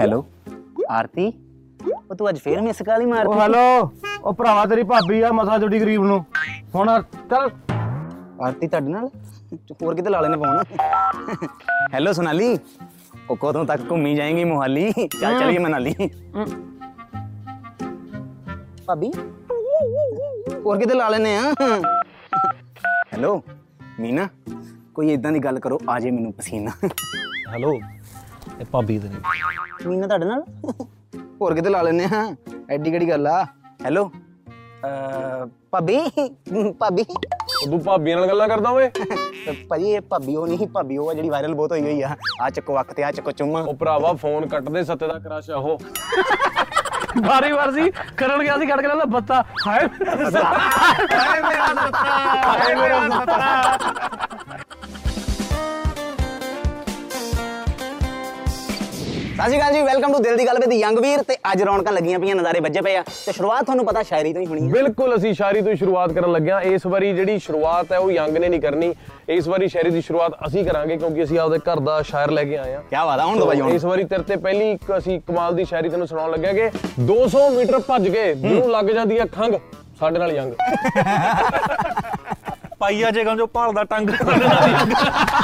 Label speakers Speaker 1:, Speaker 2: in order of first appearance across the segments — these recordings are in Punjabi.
Speaker 1: ਹੈਲੋ
Speaker 2: ਆਰਤੀ ਉਹ ਤੂੰ ਅੱਜ ਫੇਰ ਮਿਸ ਕਾਲੀ
Speaker 1: ਉਹ
Speaker 2: ਮਾਰਦੀ
Speaker 1: ਹੈਲੋ ਉਹ ਭਰਾਵਾ ਤੇਰੀ ਭਾਬੀ ਆ ਮਸਾ ਜੁੜੀ ਗਰੀਬ ਨੂੰ ਹੁਣ ਚੱਲ
Speaker 2: ਆਰਤੀ ਤੁਹਾਡੇ ਨਾਲ ਹੋਰ ਕਿਤੇ ਲਾਲੇ ਨੇ ਪਾਉਣਾ ਹੈਲੋ ਸੋਨਾਲੀ ਉਹ ਕਦੋਂ ਤੱਕ ਘੁੰਮੀ ਜਾਏਗੀ ਮੋਹਾਲੀ ਚੱਲ ਚਲੀਏ ਮਨਾਲੀ ਭਾਬੀ ਹੋਰ ਕਿਤੇ ਲਾ ਲੈਨੇ ਆ ਹੈਲੋ ਮੀਨਾ ਕੋਈ ਇਦਾਂ ਦੀ ਗੱਲ ਕਰੋ ਆ ਜੇ ਮੈਨੂੰ ਪਸੀਨਾ
Speaker 3: ਹੈਲੋ ਇਹ ਭਾਬੀ ਦੇ ਨਹੀਂ
Speaker 2: ਮੀਨਾ ਤੁਹਾਡੇ ਨਾਲ ਹੋਰ ਕਿਤੇ ਲਾ ਲੈਨੇ ਆ ਐਡੀ ਕਿਹੜੀ ਗੱਲ ਆ ਹੈਲੋ ਅਹ, ਭਾਬੀ ਭਾਬੀ
Speaker 3: ਤੂੰ ਭਾਬੀਆਂ ਨਾਲ ਗੱਲਾਂ ਕਰਦਾ ਓਏ
Speaker 2: ਤੇ ਭਾਜੀ ਇਹ ਭਾਬੀ ਉਹ ਨਹੀਂ ਭਾਬੀ ਉਹ ਆ ਜਿਹੜੀ ਵਾਇਰਲ ਬਹੁਤ ਹੋਈ ਹੋਈ ਆ ਆ ਚੱਕੋ ਵਕਤ ਤੇ ਆ ਚੱਕੋ ਚੁੰਮਾ
Speaker 3: ਉਹ ਭਰਾਵਾ ਫੋਨ ਕੱਟਦੇ ਸੱਤੇ ਦਾ ਕਰਾਸ਼ ਆ ਉਹ
Speaker 1: ਬਾਰੀ ਵਾਰ ਸੀ ਕਰਨ ਗਿਆ ਸੀ ਕੱਢ ਕੇ ਲੈ ਬੱਤਾ ਹਾਏ
Speaker 2: ਸਤਿ ਸ਼੍ਰੀ ਅਕਾਲ ਜੀ ਵੈਲਕਮ ਟੂ ਦਿਲ ਦੀ ਗੱਲ ਵਿਦ ਯੰਗ ਵੀਰ ਤੇ ਅੱਜ ਰੌਣਕਾਂ ਲੱਗੀਆਂ ਪਈਆਂ ਨਜ਼ਾਰੇ ਵੱਜੇ ਪਏ ਆ ਤੇ ਸ਼ੁਰੂਆਤ ਤੁਹਾਨੂੰ ਪਤਾ ਸ਼ਾਇਰੀ ਤੋਂ ਹੀ ਹੋਣੀ ਹੈ
Speaker 3: ਬਿਲਕੁਲ ਅਸੀਂ ਸ਼ਾਇਰੀ ਤੋਂ ਹੀ ਸ਼ੁਰੂਆਤ ਕਰਨ ਲੱਗਿਆ ਇਸ ਵਾਰੀ ਜਿਹੜੀ ਸ਼ੁਰੂਆਤ ਹੈ ਉਹ ਯੰਗ ਨੇ ਨਹੀਂ ਕਰਨੀ ਇਸ ਵਾਰੀ ਸ਼ਾਇਰੀ ਦੀ ਸ਼ੁਰੂਆਤ ਅਸੀਂ ਕਰਾਂਗੇ ਕਿਉਂਕਿ ਅਸੀਂ ਆਪਦੇ ਘਰ ਦਾ ਸ਼ਾਇਰ ਲੈ ਕੇ ਆਏ ਆ
Speaker 2: ਕੀ ਬਾਤ ਆ ਹੁਣ ਤਾਂ ਭਾਜੀ ਹੁਣ
Speaker 3: ਇਸ ਵਾਰੀ ਤੇਰੇ ਤੇ ਪਹਿਲੀ ਇੱਕ ਅਸੀਂ ਕਮਾਲ ਦੀ ਸ਼ਾਇਰੀ ਤੈਨੂੰ ਸੁਣਾਉਣ ਲੱਗਿਆ ਕਿ 200 ਮੀਟਰ ਭੱਜ ਕੇ ਜਿਹਨੂੰ ਲੱਗ ਜਾਂਦੀ ਹੈ ਖੰਗ ਸਾਡੇ ਨਾਲ ਯੰਗ
Speaker 4: ਪਾਈਆ ਜੇ ਗੰਜੋ ਭਾਲਦਾ ਟੰਗ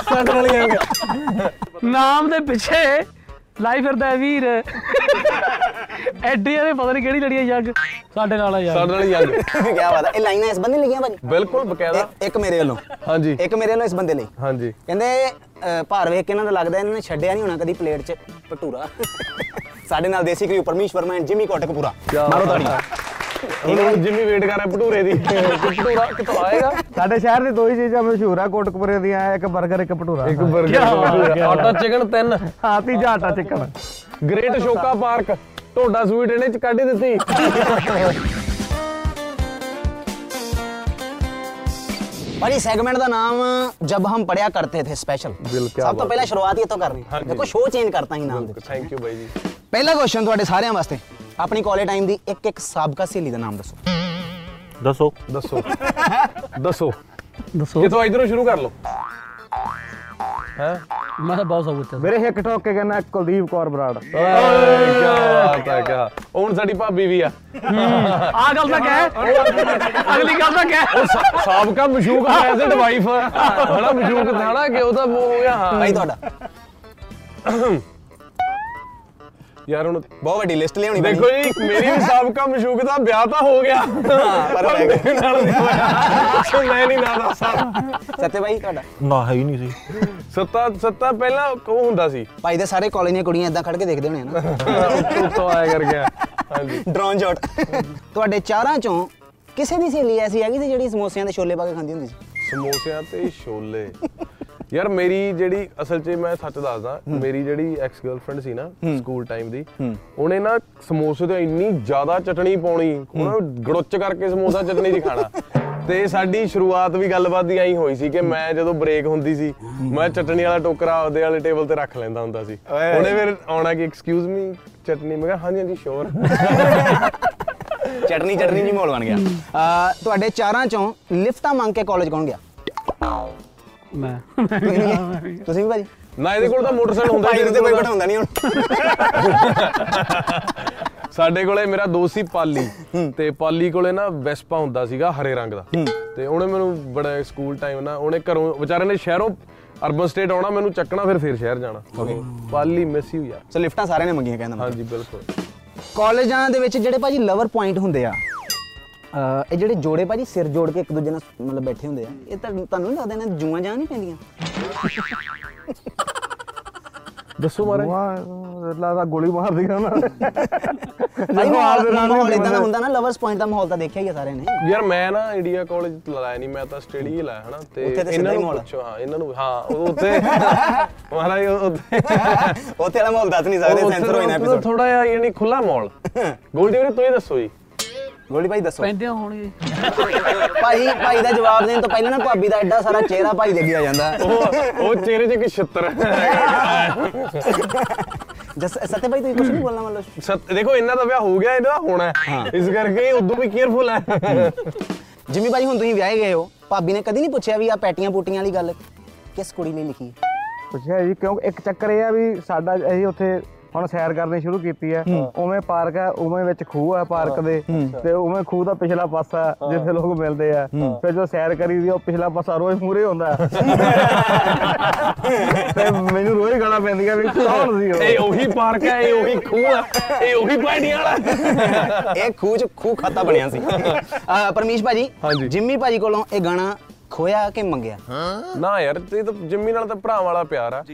Speaker 3: ਸਾਡੇ ਨਾਲ ਯੰਗ
Speaker 1: ਨਾਮ ਦੇ ਪਿੱਛੇ ਲਾਈ ਫਿਰਦਾ ਹੈ ਵੀਰ ਐਡੀ ਵਾਲੇ ਪਤਾ ਨਹੀਂ ਕਿਹੜੀ ਲੜੀ ਆ ਜੱਗ ਸਾਡੇ ਨਾਲ ਆ ਯਾਰ
Speaker 3: ਸਾਡੇ ਨਾਲ ਯੰਗ
Speaker 2: ਕੀ ਬਾਤ ਆ ਇਹ ਲਾਈਨਾਂ ਇਸ ਬੰਦੇ ਨੇ ਲਿਖੀਆਂ ਭਾਜੀ
Speaker 3: ਬਿਲਕੁਲ ਬਕਾਇਦਾ
Speaker 2: ਇੱਕ- ਇੱਕ ਮੇਰੇ ਵੱਲੋਂ
Speaker 3: ਹਾਂਜੀ
Speaker 2: ਇੱਕ ਮੇਰੇ ਵੱਲੋਂ ਇਸ ਬੰਦੇ ਲਈ
Speaker 3: ਹਾਂਜੀ
Speaker 2: ਕਹਿੰਦੇ ਅਹ, ਭਾਰ ਵੇਖ ਕੇ ਇਹਨਾਂ ਦਾ ਲੱਗਦਾ ਇਹਨਾਂ ਨੇ ਛੱਡਿਆ ਨਹੀਂ ਹੋਣਾ ਕਦੀ ਪਲੇਟ 'ਚ ਭਟੂਰਾ ਸਾਡੇ ਨਾਲ ਦੇਸੀ ਕਰੀ ਪਰਮੇਸ਼ ਵਰਮਾ ਐਂਡ ਜਿਮੀ ਕੋਟਕਪੂਰਾ ਮਾਰੋ ਤਾੜੀਆਂ
Speaker 3: ਹੁਣ ਜਿੰਮੀ ਵੇਟ ਕਰ ਰਿਹਾ ਭਟੂਰੇ ਦੀ ਭਟੂਰਾ ਕਿੱਥੋਂ ਆਏਗਾ
Speaker 5: ਸਾਡੇ ਸ਼ਹਿਰ ਦੇ ਦੋ ਹੀ ਚੀਜ਼ਾਂ ਮਸ਼ਹੂਰ ਆ ਕੋਟਕਪੁਰੇ ਦੀਆਂ ਇੱਕ 버ਗਰ ਇੱਕ ਭਟੂਰਾ
Speaker 3: ਇੱਕ 버ਗਰ ਆਟਾ ਚਿਕਨ ਤਿੰਨ
Speaker 5: ਹਾਂ ਤੀਜਾ ਆਟਾ ਚਿਕਨ
Speaker 3: ਗ੍ਰੇਟ ਸ਼ੋਕਾ ਪਾਰਕ ਟੋਡਾ ਸਵੀਟ ਇਹਨੇ ਚ ਕੱਢ ਹੀ ਦਿੱਤੀ
Speaker 2: और ये सेगमेंट का नाम जब हम पढ़ा करते थे स्पेशल सब तो पहला शुरुआत ही तो कर रहे हैं देखो शो चेंज करता ही नाम दे।
Speaker 3: ਥੈਂਕ ਯੂ ਬਾਈ ਜੀ
Speaker 2: पहला क्वेश्चन ਤੁਹਾਡੇ ਸਾਰਿਆਂ ਵਾਸਤੇ ਆਪਣੀ ਕਾਲਜ ਟਾਈਮ ਦੀ ਇੱਕ ਇੱਕ ਸਾਬਕਾ ਸਹੇਲੀ ਦਾ ਨਾਮ ਦੱਸੋ
Speaker 4: ਦੱਸੋ
Speaker 3: ਦੱਸੋ ਦੱਸੋ
Speaker 1: ਦੱਸੋ
Speaker 3: ਕਿਥੋਂ ਇਧਰੋਂ ਸ਼ੁਰੂ ਕਰ ਲਓ ਹੈ
Speaker 1: ਮੈਂ ਤਾਂ ਬਹੁਤ ਸਬੂਤ
Speaker 5: ਮੇਰੇ ਹਿੱਕ ਠੋਕ ਕੇ ਕਹਿੰਦਾ ਕੁਲਦੀਪ ਕੌਰ ਬਰਾੜ
Speaker 3: ਓਏ ਕੀ ਬਾਤ ਹੈ ਕਿਆ ਹੁਣ ਸਾਡੀ ਭਾਬੀ ਵੀ ਆ
Speaker 1: ਆ ਗੱਲ ਤਾਂ ਕਹਿ ਅਗਲੀ ਗੱਲ ਤਾਂ ਕਹਿ
Speaker 3: ਉਹ ਸਾ- ਸਾਬਕਾ ਮਸ਼ੂਕ ਪ੍ਰੈਜ਼ੈਂਟ ਵਾਈਫ ਹਣਾ ਮਸ਼ੂਕ ਹਣਾ ਕਿ ਉਹਦਾ ਉਹ ਹੋ ਗਿਆ ਹਾਂ
Speaker 2: ਭਾਈ ਤੁਹਾਡਾ
Speaker 3: ਯਾਰ ਹੁਣ
Speaker 2: ਬਹੁਤ ਵੱਡੀ ਲਿਸਟ ਲਿਆਉਣੀ
Speaker 3: ਦੇਖੋ ਜੀ ਮੇਰੀ ਵੀ ਸਾਬਕਾ ਮਸ਼ੂਕ ਦਾ ਵਿਆਹ ਤਾਂ ਹੋ ਗਿਆ
Speaker 2: ਪਰ
Speaker 3: ਪਰ
Speaker 2: ਰਹਿ ਗਿਆ।
Speaker 3: ਮੇਰੇ ਨਾਲ ਨਹੀਂ ਹੋਇਆ ਸੋ ਮੈਂ ਨਹੀਂ ਨਾ ਦੱਸਦਾ
Speaker 2: ਸੱਤੇ ਭਾਈ ਤੁਹਾਡਾ
Speaker 4: ਨਾ ਹੈ ਹੀ ਨਹੀਂ ਸੀ
Speaker 3: ਸੱਤਾ ਸੱਤਾ ਪਹਿਲਾਂ ਉਹ ਹੁੰਦਾ ਸੀ
Speaker 2: ਭਾਈ ਦੇ ਸਾਰੇ ਕਾਲਜ ਦੀਆਂ ਕੁੜੀਆਂ ਇਦਾਂ ਖੜ ਕੇ ਦੇਖਦੇ ਹੋਣੇ ਨਾ
Speaker 3: ਉੱਤੋਂ ਆਇਆ ਕਰ ਗਿਆ ਹਾਂਜੀ
Speaker 2: ਡਰੋਨ ਸ਼ਾਟ ਤੁਹਾਡੇ ਚਾਰਾਂ ਚੋਂ ਕਿਸੇ ਦੀ ਸਹੇਲੀ ਐਸੀ ਹੈਗੀ ਸੀ ਜਿਹੜੀ ਸਮੋਸਿਆਂ ਦੇ ਛੋਲੇ ਪਾ ਕੇ ਖਾਂਦੀ ਹੁੰਦੀ ਸੀ
Speaker 3: ਸਮੋਸਿਆਂ ਤੇ ਛੋਲੇ ਯਾਰ ਮੇਰੀ ਜਿਹੜੀ ਅਸਲ 'ਚ ਮੈਂ ਸੱਚ ਦੱਸਦਾ ਮੇਰੀ ਜਿਹੜੀ ਐਕਸ ਗਰਲਫ੍ਰੈਂਡ ਸੀ ਨਾ ਸਕੂਲ ਟਾਈਮ ਦੀ ਉਹਨੇ ਨਾ ਸਮੋਸੇ ਤੇ ਇੰਨੀ ਜ਼ਿਆਦਾ ਚਟਣੀ ਪਾਉਣੀ ਉਹਨਾਂ ਗੜੁੱਚ ਕਰਕੇ ਸਮੋਸਾ ਚਟਣੀ 'ਚ ਖਾਣਾ ਤੇ ਸਾਡੀ ਸ਼ੁਰੂਆਤ ਵੀ ਗੱਲਬਾਤ ਦੀ ਐਂ ਹੋਈ ਸੀ ਕਿ ਮੈਂ ਜਦੋਂ ਬ੍ਰੇਕ ਹੁੰਦੀ ਸੀ ਮੈਂ ਚਟਣੀ ਵਾਲਾ ਟੋਕਰਾ ਉਹਦੇ ਵਾਲੇ ਟੇਬਲ ਤੇ ਰੱਖ ਲੈਂਦਾ ਹੁੰਦਾ ਸੀ ਉਹਨੇ ਫਿਰ ਆਉਣਾ ਕਿ ਐਕਸਕਿਊਜ਼ ਮੀ ਚਟਣੀ ਮੈਂ ਕਿਹਾ ਹਾਂਜੀ ਹਾਂਜੀ ਸ਼ੋਰ
Speaker 2: ਚਟਨੀ ਚਟਨੀ ਜੀ ਮੋਲ ਬਣ ਗਿਆ ਅਹ, ਤੁਹਾਡੇ ਚਾਰਾਂ ਚੋਂ ਲਿਫਟਾਂ ਮੰਗ ਕੇ ਕਾਲਜ ਕੌਣ ਗਿਆ
Speaker 1: ਮੈਂ
Speaker 2: ਤੁਸੀਂ ਵੀ ਭਾਜੀ
Speaker 3: ਨਾ ਇਹਦੇ ਕੋਲ ਤਾਂ ਮੋਟਰਸਾਈਕਲ ਹੁੰਦਾ ਹੀ
Speaker 2: ਭਾਈ
Speaker 3: ਨਹੀਂ,
Speaker 2: ਨੂੰ ਤੇ ਕੋਈ
Speaker 3: ਇਹਦੇ ਕੋਲ
Speaker 2: ਬਿਠਾਉਂਦਾ ਨਹੀਂ ਹੁਣ
Speaker 3: ਸਾਡੇ ਕੋਲੇ ਮੇਰਾ ਦੋਸਤ ਸੀ ਪਾਲੀ ਤੇ ਪਾਲੀ ਕੋਲੇ ਨਾ ਵੈਸਪਾ ਹੁੰਦਾ ਸੀਗਾ ਹਰੇ ਰੰਗ ਦਾ ਤੇ ਉਹਨੇ ਮੈਨੂੰ ਬੜਾ ਸਕੂਲ ਟਾਈਮ ਨਾ ਉਹਨੇ ਘਰੋਂ ਵਿਚਾਰੇ ਨੇ ਸ਼ਹਿਰੋਂ ਅਰਬਨ ਸਟੇਟ ਆਉਣਾ ਮੈਨੂੰ ਚੱਕਣਾ ਫਿਰ ਫਿਰ ਸ਼ਹਿਰ ਜਾਣਾ ਪਾਲੀ ਮਿਸ ਯੂ ਯਾਰ
Speaker 2: ਸੋ ਲਿਫਟਾਂ ਸਾਰਿਆਂ ਨੇ ਮੰਗੀਆਂ ਕਹਿੰਦਾ ਮੈਂ
Speaker 3: ਹਾਂਜੀ ਬਿਲਕੁਲ
Speaker 2: ਕਾਲਜਾਂ ਦੇ ਵਿੱਚ ਜਿਹੜੇ ਭਾਜੀ ਲਵਰ ਪੁਆਇੰਟ ਹੁੰਦੇ ਆ ਅਹ ਇਹ ਜਿਹੜੇ ਜੋੜੇ ਭਾਜੀ ਸਿਰ ਜੋੜ ਕੇ ਇੱਕ ਦੂਜੇ ਨਾਲ ਮਤਲਬ ਬੈਠੇ ਹੁੰਦੇ ਆ ਇਹ ਤਾਂ ਤੁਹਾਨੂੰ ਨਹੀਂ ਲੱਗਦਾ ਇਹਨਾਂ ਦੀ ਜੂਆਂ ਜਾਂ ਨਹੀਂ ਪੈਂਦੀਆਂ
Speaker 3: ਦੱਸੋ ਮਾਰੇ
Speaker 5: ਵਾਹ ਲੱਗਦਾ ਗੋਲੀ ਮਾਰਦੀ ਆ ਨਾ
Speaker 2: ਭਾਈ
Speaker 5: ਜਦੋਂ ਆਪ ਦੇ ਨਾਲ
Speaker 2: ਮਾਹੌਲ
Speaker 5: ਹੁੰਦੇ
Speaker 2: ਇਦਾਂ ਦਾ
Speaker 5: ਬੰਦੇ।
Speaker 2: ਹੁੰਦਾ ਨਾ ਲਵਰਸ ਪੁਆਇੰਟ ਦਾ ਮਾਹੌਲ ਤਾਂ ਦੇਖਿਆ ਹੀ ਆ ਸਾਰਿਆਂ ਨੇ
Speaker 3: ਯਾਰ ਮੈਂ ਨਾ ਇੰਡੀਆ ਕਾਲਜ ਲਾਇਆ ਨਹੀਂ ਮੈਂ ਤਾਂ ਆਸਟ੍ਰੇਲੀਆ ਹੀ ਲਾਇਆ ਹਨਾ ਤੇ
Speaker 2: ਉੱਥੇ ਤਾਂ ਸਿੱਧਾ
Speaker 3: ਇਹਨਾਂ
Speaker 2: ਹੀ
Speaker 3: ਨੂੰ
Speaker 2: ਮਾਹੌਲ ਆ।
Speaker 3: ਪੁੱਛੋ ਹਾਂ ਇਹਨਾਂ ਨੂੰ ਹਾਂ ਉਹ ਉੱਥੇ ਮਹਾਰਾਜ ਉਹ ਉੱਥੇ
Speaker 2: ਉੱਥੇ ਵਾਲਾ ਮਾਹੌਲ ਦੱਸ ਨਹੀਂ ਸਕਦੇ ਸੈਂਸਰ ਹੋਇਆ ਐਪੀਸੋਡ
Speaker 3: ਥੋੜਾ ਜਿਹਾ ਯਾਨੀ ਖੁੱਲਾ ਮਾਹੌਲ ਗੋਲਡੀ ਵੀਰੇ ਤੁਸੀਂ ਦੱਸੋ ਜੀ
Speaker 2: ਗੋਲੀ ਭਾਈ ਦੱਸੋ
Speaker 1: ਪੈਂਦੇ ਹੋਣਗੇ
Speaker 2: ਭਾਈ ਭਾਈ ਦਾ ਜਵਾਬ ਦੇਣ ਤੋਂ ਪਹਿਲਾਂ ਨਾ ਭਾਬੀ ਦਾ ਐਡਾ ਸਾਰਾ ਚਿਹਰਾ ਭਾਈ ਦੇ ਲਿਆ ਜਾਂਦਾ
Speaker 3: ਉਹ ਉਹ ਚਿਹਰੇ 'ਚ ਕਿ ਛਿੱਤਰ ਹੈਗਾ।
Speaker 2: ਜਸ ਸੱਤੇ ਭਾਈ ਤੁਸੀਂ ਕੁਝ ਨਹੀਂ ਬੋਲਣਾ ਮਤਲਬ
Speaker 3: ਸਤ ਦੇਖੋ ਇਹਨਾਂ ਦਾ ਵਿਆਹ ਹੋ ਗਿਆ ਇਹਦਾ ਹੋਣਾ ਹੈ। ਇਸ ਕਰਕੇ ਉਦੋਂ ਵੀ ਕੇਅਰਫੁਲ ਹੈ
Speaker 2: ਜਿੰਮੀ ਭਾਈ ਹੁਣ ਤੁਸੀਂ ਵਿਆਹੇ ਗਏ ਹੋ ਭਾਬੀ ਨੇ ਕਦੀ ਨਹੀਂ ਪੁੱਛਿਆ ਵੀ ਆ ਪੈਟੀਆਂ ਪੂਟੀਆਂ ਵਾਲੀ ਗੱਲ ਕਿਸ ਕੁੜੀ ਲਈ ਲਿਖੀ ਹੈ?
Speaker 5: ਪੁੱਛਿਆ ਜੀ ਕਿਉਂ ਇੱਕ ਚੱਕਰ ਇਹ ਆ ਵੀ ਸਾਡਾ ਅਸੀਂ ਉੱਥੇ ਹੁਣ ਸੈਰ ਕਰਨੀ ਸ਼ੁਰੂ ਕੀਤੀ ਹੈ ਉਵੇਂ ਪਾਰਕ ਹੈ ਉਵੇਂ ਵਿੱਚ ਖੂਹ ਹੈ ਪਾਰਕ ਦੇ ਤੇ ਉਵੇਂ ਖੂਹ ਦਾ ਪਿਛਲਾ ਪਾਸਾ ਜਿੱਥੇ ਲੋਕ ਮਿਲਦੇ ਆ ਫਿਰ ਜਦੋਂ ਸੈਰ ਕਰੀਦੀ ਆ, ਉਹ ਪਿਛਲਾ ਪਾਸਾ ਰੋਜ਼ ਮੂਰੇ ਹੁੰਦਾ ਹੈ। ਤੇ ਮੈਨੂੰ ਰੋਜ਼ ਗਾਲਾਂ ਪੈਂਦੀਆਂ ਵੀ ਕੌਣ ਸੀ ਉਹ
Speaker 3: ਇਹ ਉਹੀ ਪਾਰਕ ਹੈ ਇਹ ਉਹੀ ਖੂਹ ਹੈ ਇਹ ਉਹੀ ਪਾਣੀ ਵਾਲਾ
Speaker 2: ਇਹ ਖੂਹ ਚ ਖੂਹ ਖਾਤਾ ਬਣਿਆ ਸੀ ਅਹ ਪਰਮੇਸ਼ ਭਾਜੀ
Speaker 3: ਹਾਂਜੀ।
Speaker 2: ਜਿੰਮੀ ਭਾਜੀ ਕੋਲੋਂ ਇਹ ਗਾਣਾ ਖੋਇਆ ਕਿ ਮੰਗਿਆ
Speaker 3: ਨਾ ਯਾਰ ਤੇ ਤਾਂ ਜਿੰਮੀ ਨਾਲ ਤਾਂ ਭਰਾਵਾਂ ਵਾਲਾ ਪਿਆਰ ਆ